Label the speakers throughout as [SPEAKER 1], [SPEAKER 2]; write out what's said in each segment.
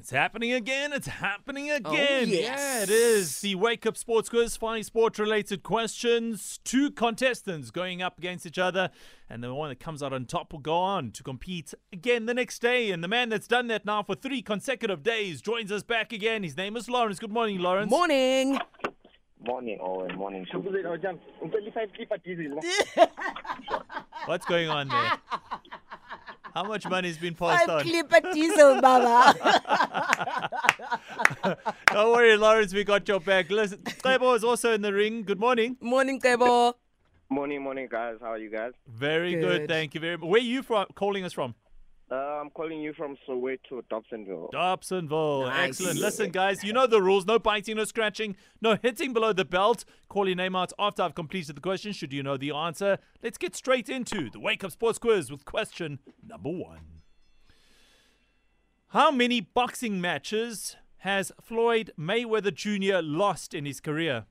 [SPEAKER 1] It's happening again. It's happening again. Yeah,
[SPEAKER 2] Oh, yes.
[SPEAKER 1] it is. The Wake Up Sports Quiz, finally sport related questions. Two contestants going up against each other, and the one that comes out on top will go on to compete again the next day. And the man that's done that now for three consecutive days joins us back again. His name is Lawrence. Good morning, Lawrence.
[SPEAKER 2] Morning.
[SPEAKER 3] Morning, Owen. Morning. Shu.
[SPEAKER 1] What's going on there? How much money's been passed
[SPEAKER 2] Five
[SPEAKER 1] on?
[SPEAKER 2] clipper diesel, Baba.
[SPEAKER 1] Don't worry, Lawrence, we got your back. Listen, Clebo is also in the ring. Good morning.
[SPEAKER 2] morning, Kebo.
[SPEAKER 3] Morning, morning, guys. How are you guys?
[SPEAKER 1] Very good.
[SPEAKER 2] Good.
[SPEAKER 1] Thank you very much. Where are you from? Calling us from?
[SPEAKER 3] Uh, I'm calling you from Soweto, Dobsonville.
[SPEAKER 1] Dobsonville.
[SPEAKER 2] Nice.
[SPEAKER 1] Excellent. Listen, guys, you know the rules. No biting, no scratching, no hitting below the belt. Call your name out after I've completed the question, should you know the answer. Let's get straight into the Wake Up Sports Quiz with question number one. How many boxing matches has Floyd Mayweather Jr. lost in his career?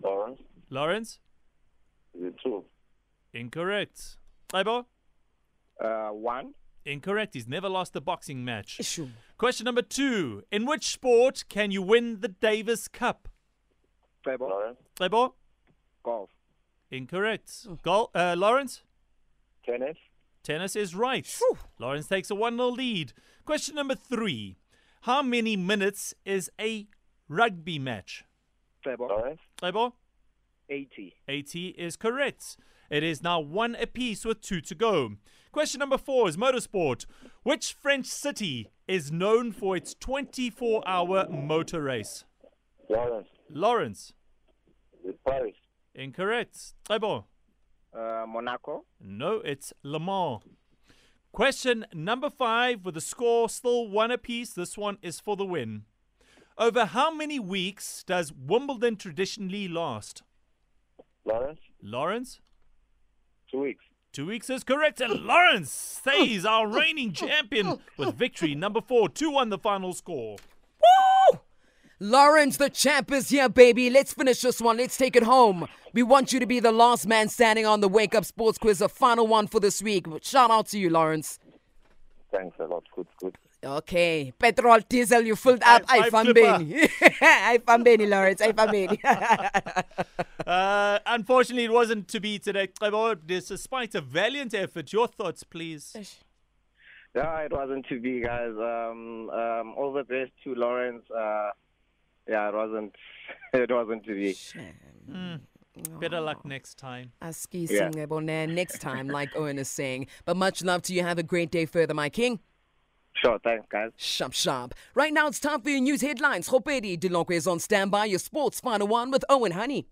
[SPEAKER 3] Lawrence,
[SPEAKER 1] Lawrence?
[SPEAKER 3] is it two?
[SPEAKER 1] Incorrect. Ibo?
[SPEAKER 3] Uh, one.
[SPEAKER 1] Incorrect. He's never lost a boxing match.
[SPEAKER 2] Shoo.
[SPEAKER 1] Question number two. In which sport can you win the Davis Cup?
[SPEAKER 3] Table. Lawrence,
[SPEAKER 1] Lebo?
[SPEAKER 3] golf.
[SPEAKER 1] Incorrect. Gol- uh, Lawrence?
[SPEAKER 3] Tennis.
[SPEAKER 1] Tennis is right. Lawrence takes a 1 0 lead. Question number three. How many minutes is a rugby match?
[SPEAKER 3] Table. Lawrence,
[SPEAKER 1] Lebo?
[SPEAKER 3] eighty.
[SPEAKER 1] 80 is correct. It is now one apiece with two to go. Question number four is motorsport. Which French city is known for its 24 hour motor race?
[SPEAKER 3] Lawrence,
[SPEAKER 1] Lawrence.
[SPEAKER 3] is Paris.
[SPEAKER 1] Incorrect. Trevor.
[SPEAKER 3] Uh, Monaco.
[SPEAKER 1] No, it's Le Mans. Question number five with the score still one apiece. This one is for the win. Over how many weeks does Wimbledon traditionally last?
[SPEAKER 3] Lawrence,
[SPEAKER 1] Lawrence?
[SPEAKER 3] two weeks.
[SPEAKER 1] Two weeks is correct, and Lawrence stays our reigning champion with victory number four. 2 1 the final score.
[SPEAKER 2] Lawrence, the champ is here, baby. Let's finish this one. Let's take it home. We want you to be the last man standing on the Wake Up Sports Quiz, the final one for this week. Shout out to you, Lawrence.
[SPEAKER 3] Thanks a lot. Good, good.
[SPEAKER 2] Okay, petrol, diesel, you filled up.
[SPEAKER 1] High
[SPEAKER 2] I
[SPEAKER 1] five,
[SPEAKER 2] fambeni. I fambeni, Lawrence. I fambeni.
[SPEAKER 1] Uh, unfortunately, it wasn't to be today. Xebo, Despite a valiant effort, your thoughts, please.
[SPEAKER 3] Yeah, it wasn't to be, guys. Um, um, all the best to Lawrence. Uh, yeah, it wasn't. It wasn't to be.
[SPEAKER 1] Better luck next time.
[SPEAKER 2] Aski
[SPEAKER 3] Yeah.
[SPEAKER 2] Singebonair next time, like Owen is saying. But much love to you. Have a great day further, my king.
[SPEAKER 3] Sure. Thanks, guys.
[SPEAKER 2] Sharp, sharp. Right now, it's time for your news headlines. Hopedi Delonque is on standby. Your sports final one with Owen Honey.